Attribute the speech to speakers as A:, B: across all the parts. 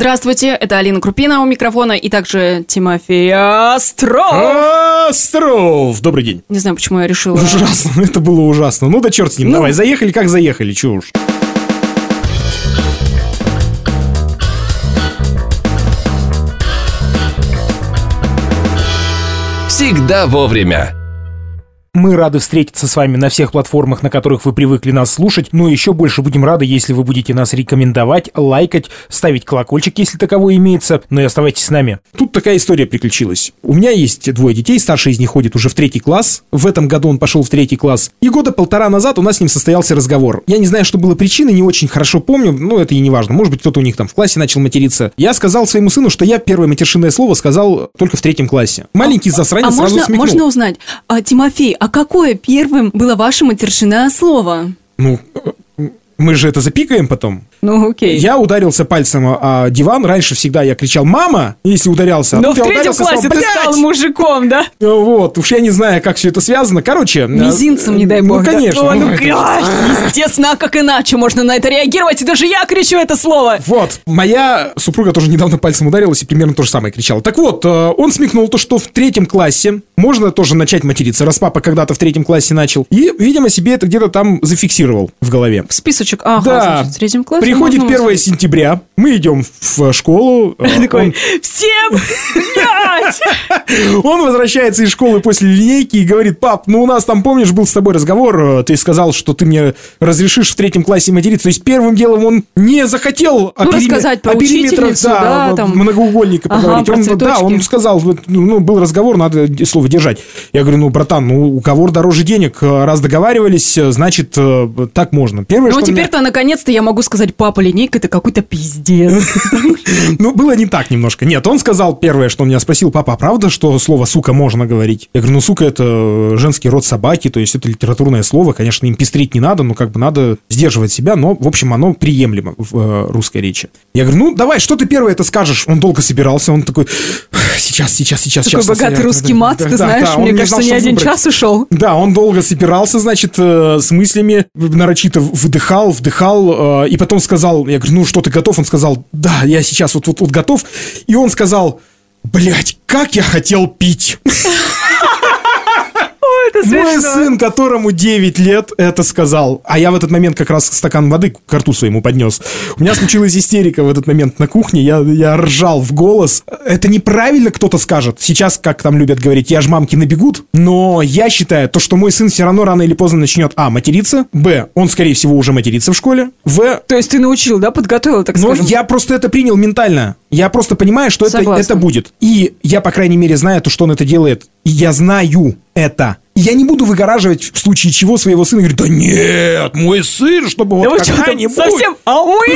A: Здравствуйте, это Алина Крупина у микрофона и также Тимофей Остров.
B: Остров! Добрый день.
A: Не знаю, почему я решила.
B: Ужасно, это было ужасно. Ну да черт с ним,
A: Ну.
B: давай, заехали как заехали, чё уж.
C: Всегда вовремя.
B: Мы рады встретиться с вами на всех платформах, на которых вы привыкли нас слушать, но еще больше будем рады, если вы будете нас рекомендовать, лайкать, ставить колокольчик, если таковой имеется, но и оставайтесь с нами. Тут такая история приключилась. У меня есть двое детей, старший из них ходит уже в третий класс, в этом году он пошел в третий класс, и года полтора назад у нас с ним состоялся разговор. Я не знаю, что было причиной, не очень хорошо помню, но это и не важно, может быть, кто-то у них там в классе начал материться. Я сказал своему сыну, что я первое матершинное слово сказал только в третьем классе. Маленький засранец
A: а
B: сразу
A: можно,
B: смекнул.
A: можно узнать, а, Тимофей, а какое первым было ваше матершинное слово?
B: Ну, э, мы же это запикаем потом.
A: Ну, окей.
B: Я ударился пальцем о о диван. Раньше всегда я кричал «мама», если ударялся. а
A: Но
B: тут
A: Ну, в
B: я
A: третьем
B: ударился,
A: классе
B: сказал,
A: ты
B: «Блядь!»
A: стал мужиком, да?
B: Вот, уж я не знаю, как все это связано. Короче... э,
A: Мизинцем, не дай
B: э,
A: бог.
B: Ну,
A: да?
B: конечно.
A: О, ну,
B: ну, это-
A: ах, естественно, а как иначе можно на это реагировать? Даже я кричу это слово.
B: Вот, моя супруга тоже недавно пальцем ударилась и примерно то же самое кричала. Так вот, э, он смекнул то, что в третьем классе можно тоже начать материться, раз папа когда-то в третьем классе начал. И, видимо, себе это где-то там зафиксировал в голове.
A: В списочек. Ага,
B: да,
A: значит, в третьем классе.
B: приходит
A: можно
B: 1
A: узнать.
B: сентября, мы идем в э, школу, э, он-
A: Такой, всем, блядь!
B: Он возвращается из школы после линейки и говорит, пап, ну у нас там, помнишь, был с тобой разговор, э, ты сказал, что ты мне разрешишь в третьем классе материться. То есть первым делом он не захотел о,
A: Ну,
B: периме-
A: рассказать про
B: о периметрах
A: учительницу, да,
B: вот,
A: там.
B: многоугольника
A: Ага,
B: поговорить.
A: про
B: Он, вот, да,
A: цветочки.
B: он сказал, вот, ну, был разговор, надо д- слово держать. Я говорю, ну, братан, ну, у кого дороже денег, э, раз договаривались, э, значит, э, так можно. Первое,
A: Ну,
B: что меня-
A: теперь-то, наконец-то, я могу сказать, папа, линейка, это какой-то пиздец.
B: Ну, было не так немножко. Нет, он сказал первое, что он меня спросил, папа, а правда, что слово «сука» можно говорить? Я говорю, ну, «сука» — это женский род собаки, то есть это литературное слово, конечно, им пестрить не надо, но как бы надо сдерживать себя, но, в общем, оно приемлемо в э, русской речи. Я говорю, ну, давай, что ты первое это скажешь? Он долго собирался, он такой, сейчас, сейчас, сейчас,
A: Такой
B: сейчас.
A: богатый русский мат, ты
B: Да,
A: знаешь,
B: да, он
A: мне
B: не
A: кажется,
B: знал,
A: не
B: что
A: один
B: выбрать. Ну,
A: час ушел.
B: Да, он долго собирался, значит, э, с мыслями, нарочито выдыхал, вдыхал, э, и потом сказал, я говорю, ну что, ты готов? Он сказал, да, я сейчас вот-вот-вот готов. И он сказал, блядь, как я хотел пить.
A: Это
B: Мой сын, которому 9 лет, это сказал. А я в этот момент как раз стакан воды к рту своему поднес. У меня случилась истерика в этот момент на кухне. Я, я ржал в голос. Это неправильно кто-то скажет. Сейчас, как там любят говорить, я ж мамки набегут. Но я считаю, то, что мой сын все равно рано или поздно начнет, а, материться, б, он, скорее всего, уже матерится в школе, в,
A: То есть ты научил, да, подготовил, так
B: но
A: скажем?
B: Ну, я просто это принял ментально. Я просто понимаю, что это,
A: Согласна.
B: это будет. И я, по крайней мере, знаю то, что он это делает. И я знаю это. И я не буду выгораживать в случае чего своего сына. Говорю, да нет, мой сын, чтобы
A: Да
B: вот
A: вы что, там
B: когда-нибудь...
A: совсем? А мы?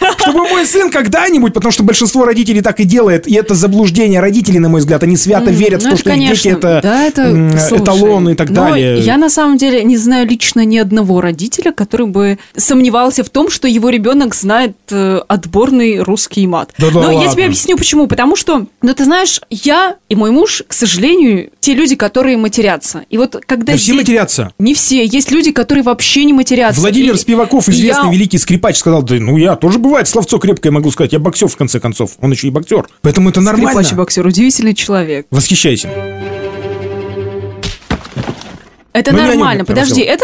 B: Да, Чтобы мой сын когда-нибудь, потому что большинство родителей так и делает, и это заблуждение родителей, на мой взгляд, они свято
A: М,
B: верят в
A: ну,
B: то,
A: это,
B: что их дети это,
A: да, это
B: м,
A: слушай,
B: эталон и так
A: но
B: далее.
A: Я на самом деле не знаю лично ни одного родителя, который бы сомневался в том, что его ребенок знает э, отборный русский мат.
B: Да да
A: но я
B: ладно.
A: тебе объясню почему. Потому что, ну ты знаешь, я и мой муж, к сожалению, те люди, которые матерятся. И вот когда
B: Да все
A: дети-
B: матерятся.
A: Не все. Есть люди, которые вообще не матерятся.
B: Владимир
A: И-
B: Спиваков,
A: и
B: известный
A: я-
B: великий скрипач, сказал, да ну я тоже бывает словцо крепкое могу сказать, я боксер в конце концов, он еще и боксер. Поэтому это нормально.
A: Скрипач и боксер, удивительный человек.
B: Восхищайся.
A: Это
B: Ну, я не
A: нормально,
B: люблю прям
A: подожди,
B: всего. А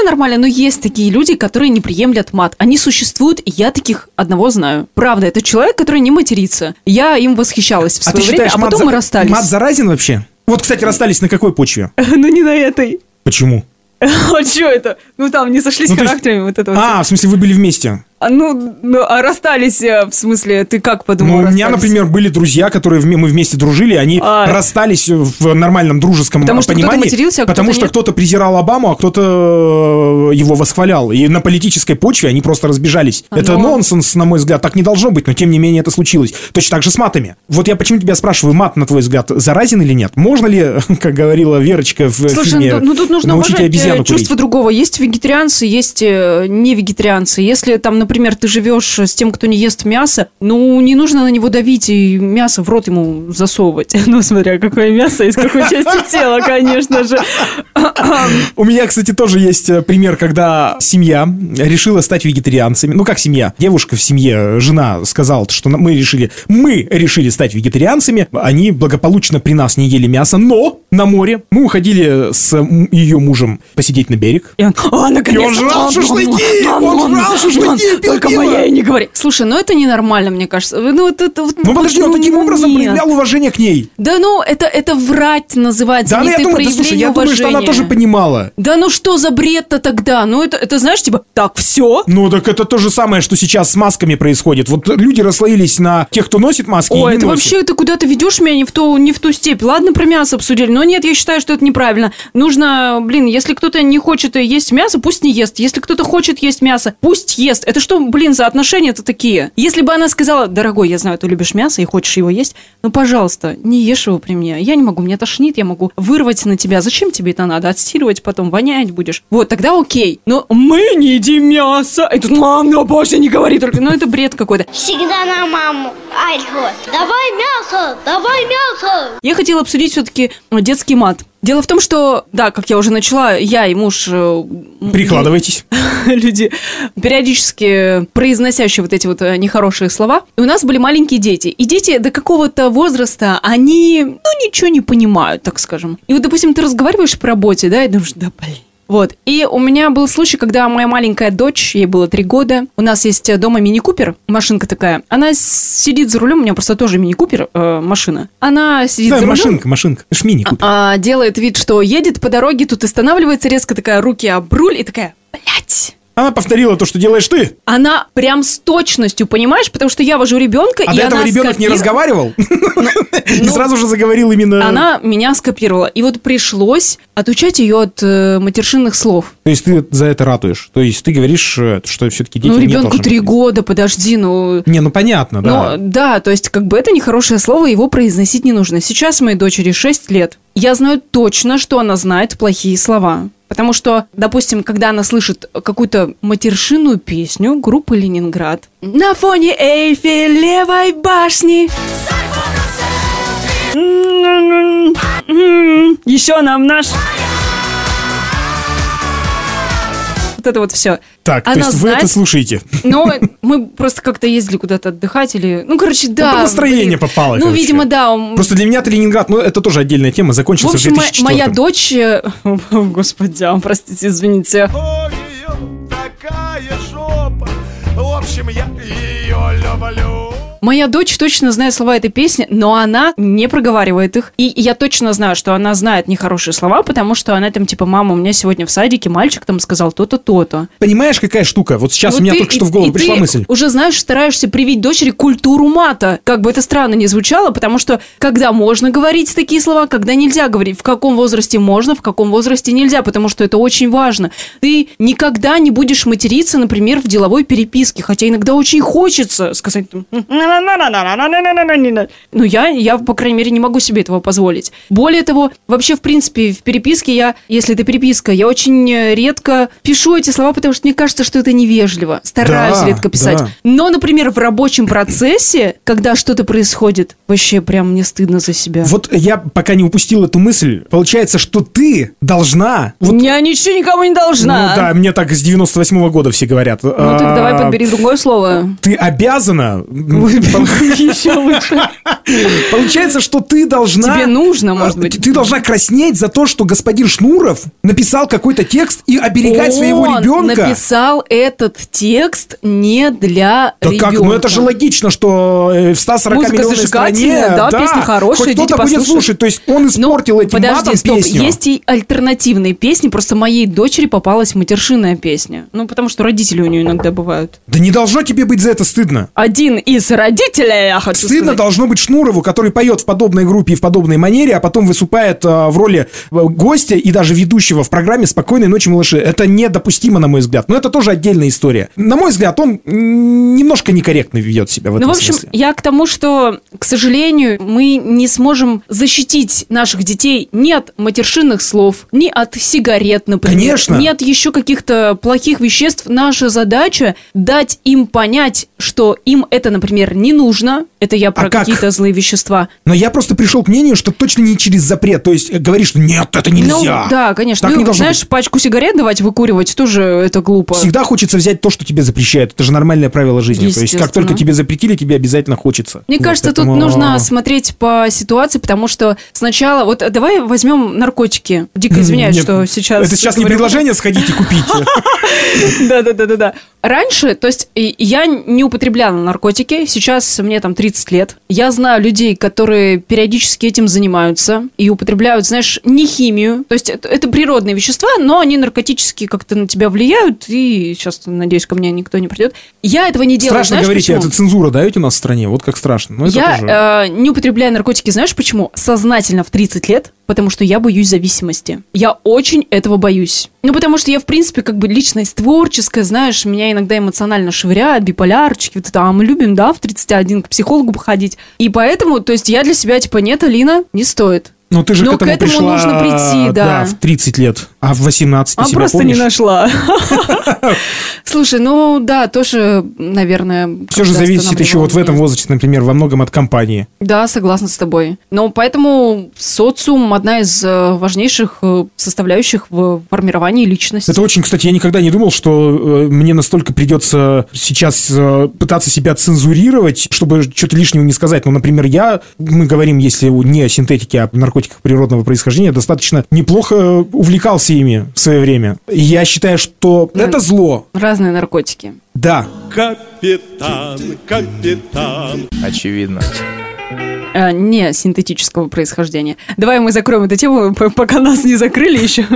A: свое
B: ты
A: время,
B: считаешь,
A: а
B: мат,
A: потом
B: за-
A: мы расстались.
B: мат заразен вообще? Вот, кстати, расстались на какой почве?
A: Ну не на этой.
B: Почему?
A: А что это? Ну там не сошлись
B: Ну, то есть-
A: характерами вот это вот.
B: А, в смысле, вы были вместе?
A: А, ну, ну, а расстались, э, в смысле, ты как подумал?
B: Ну, у меня,
A: расстались?
B: например, были друзья, которые вме- мы вместе дружили, они
A: А.
B: расстались в нормальном дружеском
A: Потому что кто-то
B: понимании,
A: матерился, а кто-то
B: потому что
A: нет.
B: кто-то презирал Обаму, а кто-то э, его восхвалял. И на политической почве они просто разбежались.
A: А,
B: это
A: ну.
B: нонсенс, на мой взгляд, так не должно быть, но тем не менее это случилось. Точно так же с матами. Вот я почему тебя спрашиваю, мат, на твой взгляд, заразен или нет? Можно ли, как говорила Верочка в
A: Слушай,
B: фильме,
A: ну, ну, тут нужно
B: э, научите
A: уважать э,
B: обезьяну
A: чувство
B: курить?
A: другого. Есть вегетарианцы, есть э, не вегетарианцы. Если там, например, ты живешь с тем, кто не ест мясо, ну, не нужно на него давить и мясо в рот ему засовывать. Ну, смотря какое мясо, из какой части тела, конечно же.
B: У меня, кстати, тоже есть э, пример, когда семья решила стать вегетарианцами. Ну, как семья? Девушка в семье, э, жена сказала, что на- мы решили, мы решили стать вегетарианцами. Они благополучно при нас не ели мясо, но на море мы уходили с м, ее мужем посидеть на берег.
A: И он, «А, наконец-то!
B: И он жрал
A: Ладно,
B: шашлыки!
A: ладно,
B: Он
A: ладно,
B: жрал шашлыки,
A: ладно,
B: пил
A: Только
B: пиво!»
A: моя и не говори. Слушай, ну это ненормально, мне кажется. Ну, вот это вот...
B: Ну, подожди, он
A: ну,
B: таким
A: ну,
B: образом
A: нет.
B: проявлял уважение к ней.
A: Да ну, это, это врать называется,
B: Да,
A: не
B: она, я
A: ты
B: думаю, да,
A: проявление
B: слушай, я думаю, что она
A: уважения.
B: тоже понимала.
A: Да ну что за бред-то тогда? Ну это, это знаешь, типа, так, все?
B: Ну, так это то же самое, что сейчас с масками происходит. Вот люди расслоились на тех, кто носит маски и
A: Ой,
B: не
A: это
B: носит.
A: вообще ты куда-то ведешь меня не в, ту, не в ту степь. Ладно, про мясо обсудили, но нет, я считаю, что это неправильно. Нужно, блин, если кто-то не хочет есть мясо, пусть не ест. Если кто-то хочет есть мясо, пусть ест. Это что, блин, за отношения-то такие? Если бы она сказала, дорогой, я знаю, ты любишь мясо и хочешь его есть, но, пожалуйста, не ешь его при мне. Я не могу, меня тошнит, я могу вырвать на тебя. Зачем тебе это надо? Отстирывать потом, вонять будешь. Вот, тогда окей. Но мы не едим мясо. И тут, мам, ну боже, не говори только. Ну это бред какой-то.
D: Всегда на маму орет. Давай мясо, давай мясо.
A: Я хотела обсудить все-таки детский мат. Дело в том, что, да, как я уже начала, я и муж э, м-
B: Прикладывайтесь.
A: люди, периодически произносящие вот эти вот э, нехорошие слова. И у нас были маленькие дети. И дети до какого-то возраста, они, ну, ничего не понимают, так скажем. И вот, допустим, ты разговариваешь по работе, да, и думаешь, да, блин. Вот. И у меня был случай, когда моя маленькая дочь, ей было три года, у нас есть э, дома мини-купер, машинка такая. Она сидит за рулем, у меня просто тоже мини-купер, э, машина. Она сидит
B: Да,
A: за рулем.
B: машинка, машинка. Шмини купи.
A: А, делает вид, что едет по дороге, тут останавливается резко, такая руки об руль и такая, блядь.
B: Она повторила то, что делаешь ты.
A: Она прям с точностью, понимаешь? Потому что я вожу ребенка,
B: А
A: и
B: до этого
A: она
B: ребенок не
A: скопи-
B: разговаривал? И
A: ну,
B: сразу же заговорил именно... э,
A: Она меня скопировала. И вот пришлось отучать ее от э, матершинных слов.
B: То есть ты за это ратуешь? То есть ты говоришь, э, что все-таки дети
A: ну,
B: не
A: ребенку
B: должны
A: три
B: быть.
A: года, подожди, ну...
B: Не, ну понятно,
A: Но,
B: да.
A: да, то есть как бы это нехорошее слово, его произносить не нужно. Сейчас моей дочери 6 лет. Я знаю точно, что она знает плохие слова. Потому что, допустим, когда она слышит какую-то матершинную песню группы «Ленинград», на фоне Эйфелевой башни... М-м-м. М-м. Еще нам наш... Вот это вот все.
B: Так, то
A: она
B: есть вы это
A: знает-
B: слушаете.
A: но мы просто как-то ездили куда-то отдыхать или... Ну, короче, да.
B: под настроение попало,
A: Ну,
B: короче.
A: видимо, да. он-
B: Просто для меня это Ленинград, ну это тоже отдельная тема,
A: В
B: закончился в
A: общем, мо-
B: 2004
A: моя дочь... э, Господи, а, простите, извините.
E: у нее такая жопа. В общем, я ее люблю.
A: Моя дочь точно знает слова этой песни, но она не проговаривает их. И я точно знаю, что она знает нехорошие слова, потому что она там типа, мама, у меня сегодня в садике мальчик там сказал то-то, то-то.
B: Понимаешь, какая штука? Вот сейчас
A: Вот
B: у меня
A: Ну, ты-
B: только
A: и-
B: что в голову
A: и
B: пришла
A: ты
B: мысль.
A: уже, знаешь, стараешься привить дочери культуру мата. Как бы это странно ни звучало, потому что когда можно говорить такие слова, когда нельзя говорить, в каком возрасте можно, в каком возрасте нельзя, потому что это очень важно. Ты никогда не будешь материться, например, в деловой переписке, хотя иногда очень хочется сказать... там, Ну, я, я, по крайней мере, не могу себе этого позволить. Более того, вообще, в принципе, в переписке я, если это переписка, я очень э, редко пишу эти слова, потому что мне кажется, что это невежливо. Стараюсь
B: Да,
A: редко писать.
B: да.
A: Но, например, в рабочем процессе, когда что-то происходит, вообще прям мне стыдно за себя.
B: Вот я пока не упустил эту мысль. Получается, что ты должна... Вот,
A: Я ничего никому не должна.
B: Ну да, мне так с 98 года все говорят. Ну
A: Ну так давай подбери другое слово.
B: Ты обязана...
A: Еще лучше.
B: Получается, что ты должна...
A: Тебе нужно,
B: А,
A: может быть.
B: Ты должна краснеть за то, что господин Шнуров написал какой-то текст и оберегать своего
A: Он
B: ребенка.
A: написал этот текст не для
B: Да
A: ребенка.
B: как? Ну это же логично, что э, в 140
A: Музыка
B: миллионной стране...
A: зажигательная, да, песня хорошая,
B: хоть
A: дети
B: кто-то будет
A: послушают.
B: слушать. То есть он испортил
A: Ну,
B: этим
A: подожди,
B: матом
A: стоп.
B: песню.
A: Есть и альтернативные песни, просто моей дочери попалась матершинная песня. Ну, потому что родители у нее иногда бывают.
B: Да не должно тебе быть за это стыдно.
A: Один из родителей, я хочу
B: Стыдно
A: сказать.
B: должно быть Шнурову, который поет в подобной группе и в подобной манере, а потом выступает э, в роли э, гостя и даже ведущего в программе «Спокойной ночи, малыши». Это недопустимо, на мой взгляд. Но это тоже отдельная история. На мой взгляд, он м, немножко некорректно ведет себя в этом
A: Ну, в общем,
B: смысле.
A: я к тому, что, к сожалению, мы не сможем защитить наших детей ни от матершинных слов, ни от сигарет, например.
B: Конечно.
A: Ни от еще каких-то плохих веществ. Наша задача дать им понять, что им это, например, не нужно. Это я про
B: А как?
A: какие-то злые вещества.
B: Но я просто пришел к мнению, что точно не через запрет. То есть э, говоришь, что нет, это нельзя.
A: Ну, да, конечно.
B: Так
A: Ну,
B: не должно
A: знаешь, пачку сигарет давать выкуривать тоже это глупо.
B: Всегда хочется взять то, что тебе запрещают. Это же нормальное правило жизни. То есть,
A: Естественно.
B: как только тебе запретили, тебе обязательно хочется.
A: Мне
B: Вот
A: кажется,
B: поэтому-
A: тут нужно смотреть по ситуации, потому что сначала... Вот э, давай возьмем наркотики. Дико извиняюсь,
B: Нет,
A: что сейчас...
B: Это сейчас не
A: говорю.
B: предложение сходите купите.
A: Да-да-да-да-да. Раньше, то есть и- я не употребляла наркотики, сейчас мне там 30 лет. Я знаю людей, которые периодически этим занимаются и употребляют, знаешь, не химию. То есть это, это природные вещества, но они наркотически как-то на тебя влияют, и сейчас, надеюсь, ко мне никто не придет. Я этого не делаю,
B: Страшно
A: знаешь
B: говорить, «А,
A: почему?
B: это цензура, да, ведь у нас в стране? Вот как страшно. Ну, это
A: я
B: тоже-
A: э, не употребляю наркотики, знаешь почему? Сознательно в 30 лет, потому что я боюсь зависимости. Я очень этого боюсь. Ну, потому что я, в принципе, как бы личность творческая, знаешь, меня иногда эмоционально швыряют, биполярчики, вот это, а мы любим, да, в 31 к психологу походить. И поэтому, то есть я для себя, типа, нет, Алина, не стоит.
B: Ну, ты же
A: но
B: к этому,
A: к этому
B: пришла,
A: нужно прийти, да.
B: в 30 лет. А в 18 ты
A: А
B: себя
A: просто
B: помнишь?
A: не нашла. Слушай, ну да, тоже, наверное...
B: Все же
A: как-то
B: зависит еще вот в
A: останавливало
B: этом
A: меня.
B: возрасте, например, во многом от компании.
A: Да, согласна с тобой. Но поэтому социум одна из э, важнейших э, составляющих в формировании личности.
B: Это очень, кстати, я никогда не думал, что э, мне настолько придется сейчас э, пытаться себя цензурировать, чтобы что-то лишнего не сказать. Ну, например, я, мы говорим, если у- не о синтетике, а о наркотиках природного происхождения, достаточно неплохо э, увлекался ими в свое время. И я считаю, что
A: Ну,
B: это зло.
A: Разные наркотики.
B: Да.
E: Капитан, капитан.
F: Очевидно.
A: Э, не синтетического происхождения. Давай мы закроем эту тему, п- пока нас не закрыли еще.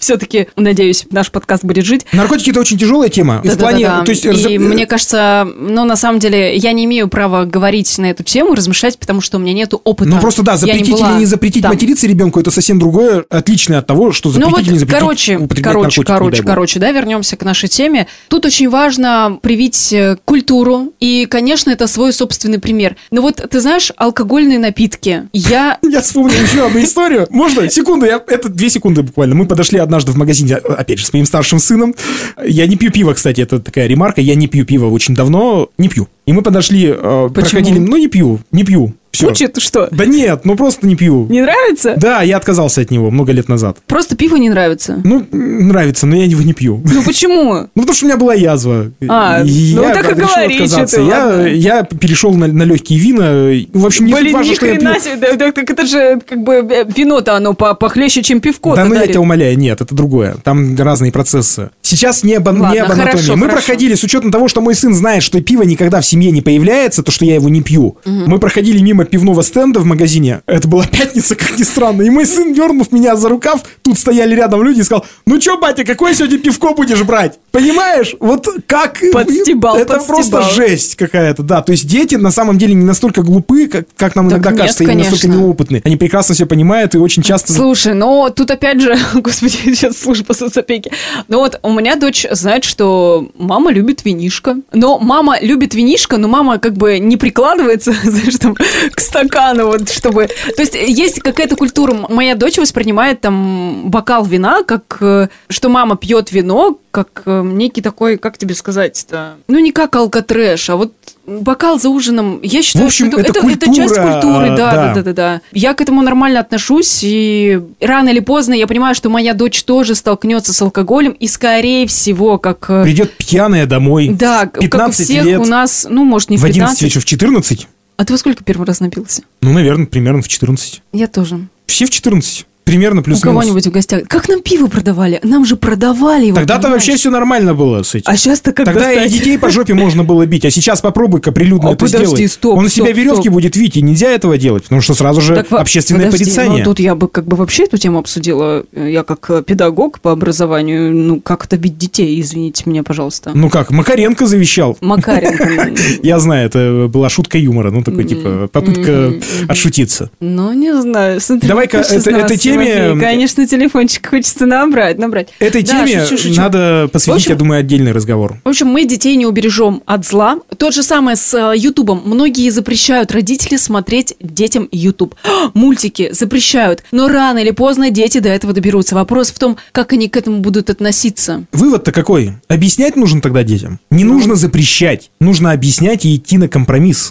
A: Все-таки, надеюсь, наш подкаст будет жить.
B: Наркотики это очень тяжелая тема. И в плане,
A: Да-да-да-да.
B: то есть, э,
A: и
B: раз-
A: мне кажется, ну, на самом деле, я не имею права говорить на эту тему, размышлять, потому что у меня нету опыта.
B: Ну просто да,
A: Я
B: запретить
A: была
B: или не запретить
A: там.
B: материться ребенку это совсем другое, отличное от того, что
A: Ну
B: запретить
A: вот,
B: или не запретить.
A: короче,
B: употреблять
A: короче,
B: наркотики,
A: короче,
B: не дай бог.
A: короче, да, вернемся к нашей теме. Тут очень важно привить э, культуру, и, конечно, это свой собственный пример. Но вот, ты знаешь, алкогольные напитки. Я
B: Я вспомнил еще одну историю. Можно? Секунду, я, это две секунды буквально. Мы подошли однажды в магазине, опять же, с моим старшим сыном. Я не пью пиво, кстати, это такая ремарка. Я не пью пиво очень давно, не пью. И мы подошли, э, проходили, ну не пью, не пью. Все.
A: учит, что?
B: Да нет, ну просто не пью.
A: Не нравится?
B: Да, я отказался от него много лет назад.
A: Просто пиво не нравится.
B: Ну, м, нравится, но я его не пью.
A: Ну почему?
B: Ну, потому что у меня была язва.
A: А, ну
B: я
A: так и
B: решил
A: говори, чё
B: отказаться.
A: ты,
B: я,
A: ладно.
B: я перешел на, на легкие вина. И, ну, В общем, не суть
A: Блин,
B: важно,
A: ни
B: что я пью.
A: хрена себе, да, так, так это же как бы э, вино-то оно по- похлеще, чем пивко.
B: Да ну я тебя умоляю, нет, это другое. Там разные процессы. Сейчас не об, не
A: Ладно,
B: об анатомии.
A: хорошо,
B: мы
A: хорошо.
B: проходили, с учетом того, что мой сын знает, что пиво никогда в семье не появляется, то, что я его не пью. Мы проходили мимо пивного стенда в магазине. Это была пятница, как ни странно. И мой сын, дернув меня за рукав, тут стояли рядом люди и сказал, ну чё, батя, какое сегодня пивко будешь брать? Понимаешь? Вот как...
A: Подстебал,
B: Это
A: подстебал.
B: просто жесть какая-то, да. То есть дети на самом деле не настолько глупы, как, как нам
A: Так
B: иногда
A: нет,
B: кажется, и не настолько
A: конечно.
B: неопытны. Они прекрасно все понимают и очень часто...
A: Слушай, но тут опять же, господи, сейчас служба соцопеки. Но вот у меня дочь знает, что мама любит винишко. Но мама любит винишко, но мама как бы не прикладывается, знаешь, там, к стакану, вот, чтобы... То есть есть какая-то культура. М- Моя дочь воспринимает там бокал вина, как э, что мама пьет вино, как э, некий такой, как тебе сказать-то? Ну, не как алкотрэш, а вот бокал за ужином. Я считаю,
B: общем,
A: что это,
B: это
A: это часть
B: культура,
A: культуры, да,
B: э, да.
A: да, да, да, да. Я к этому нормально отношусь, и рано или поздно я понимаю, что моя дочь тоже столкнется с алкоголем, и скорее всего, как... э,
B: Придет пьяная домой.
A: Да, к- как у
B: 15
A: всех
B: лет.
A: у нас, ну, может, не в
B: в 11
A: 15.
B: еще в 14?
A: А ты во сколько первый раз напился?
B: Ну, наверное, примерно в 14.
A: Я тоже.
B: Все в 14. Ты примерно
A: у
B: плюс-минус.
A: кого-нибудь в гостях. Как нам пиво продавали? Нам же продавали его.
B: Тогда-то
A: понимаешь?
B: вообще все нормально было с этим.
A: А сейчас-то как
B: Тогда и
A: достать?
B: детей по жопе можно было бить, а сейчас попробуй-ка прилюдно
A: А,
B: это
A: подожди,
B: сделать.
A: стоп,
B: Он
A: стоп,
B: себя веревки
A: стоп.
B: будет видеть, и нельзя этого делать, потому что сразу же
A: Так во-
B: общественное
A: подожди,
B: порицание.
A: Ну, тут я бы как бы вообще эту тему обсудила. Я как э, педагог по образованию, ну, как это бить детей, извините меня, пожалуйста.
B: Ну как, Макаренко завещал.
A: Макаренко. м,
B: Я знаю, это была шутка юмора, ну такой типа попытка отшутиться.
A: Ну, не знаю. смотри,
B: Давай-ка
A: ты же
B: это-
A: знала,
B: этой теме-
A: Тимофей, Конечно, телефончик хочется набрать, набрать.
B: Этой
A: Да,
B: теме
A: шучу, шучу.
B: надо
A: В
B: посвятить,
A: общем-
B: я думаю, отдельный разговор.
A: В общем, мы детей не убережем от зла. То же самое с э, Ютубом. Многие запрещают родители смотреть детям Ютуб. Мультики запрещают. Но рано или поздно дети до этого доберутся. Вопрос в том, как они к этому будут относиться.
B: Вывод-то какой? Объяснять нужно тогда детям. Не нужно запрещать. Нужно объяснять и идти на компромисс.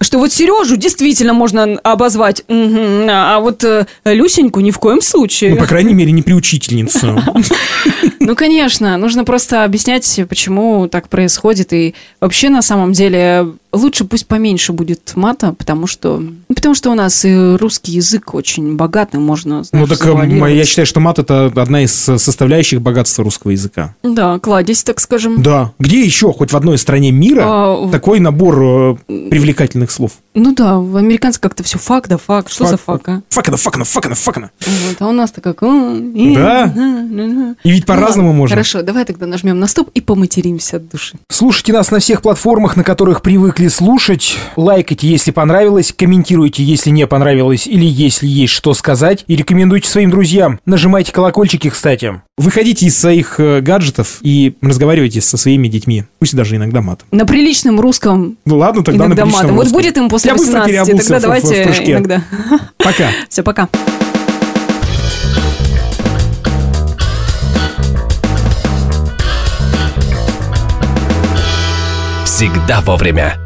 A: Что вот Сережу действительно можно обозвать, мгм, а вот э, Люсеньку ни в коем случае.
B: Ну, по крайней мере, не приучительницу.
A: Ну, конечно, нужно просто объяснять, почему так происходит. И вообще, на самом деле, лучше пусть поменьше будет мата, потому что... ну, потому что у нас и русский язык очень богатый, можно...
B: Ну
A: знаешь,
B: так м,
A: завуалировать.
B: я считаю, что мат это одна из со- составляющих богатства русского языка.
A: Да, кладезь, так скажем.
B: Да. Где еще, хоть в одной стране мира,
A: А, в-
B: такой набор э, привлекательных слов?
A: Ну да, в американцах как-то все фак да фак. Что за фак, а?
B: Факана, факана, факана, факана.
A: Вот, а у нас-то как... м,
B: Да.
A: м, м.
B: И ведь по-разному
A: Ну ладно,
B: можно.
A: Хорошо, давай тогда нажмем на стоп и поматеримся от души.
G: Слушайте нас на всех платформах, на которых привыкли слушать. Лайкайте, если понравилось, комментируйте, если не понравилось, или если есть что сказать, и рекомендуйте своим друзьям. Нажимайте колокольчики, кстати.
B: Выходите из своих э, гаджетов и разговаривайте со своими детьми. Пусть даже иногда матом.
A: На приличном русском
B: Ну ладно, тогда на
A: иногда
B: приличном
A: матом. Вот
B: русском.
A: будет им после
B: Я быстро
A: 18,
B: переобулся
A: тогда
B: в- в- в
A: давайте
B: прыжке.
A: иногда.
B: Пока.
A: Все, пока.
C: Всегда вовремя.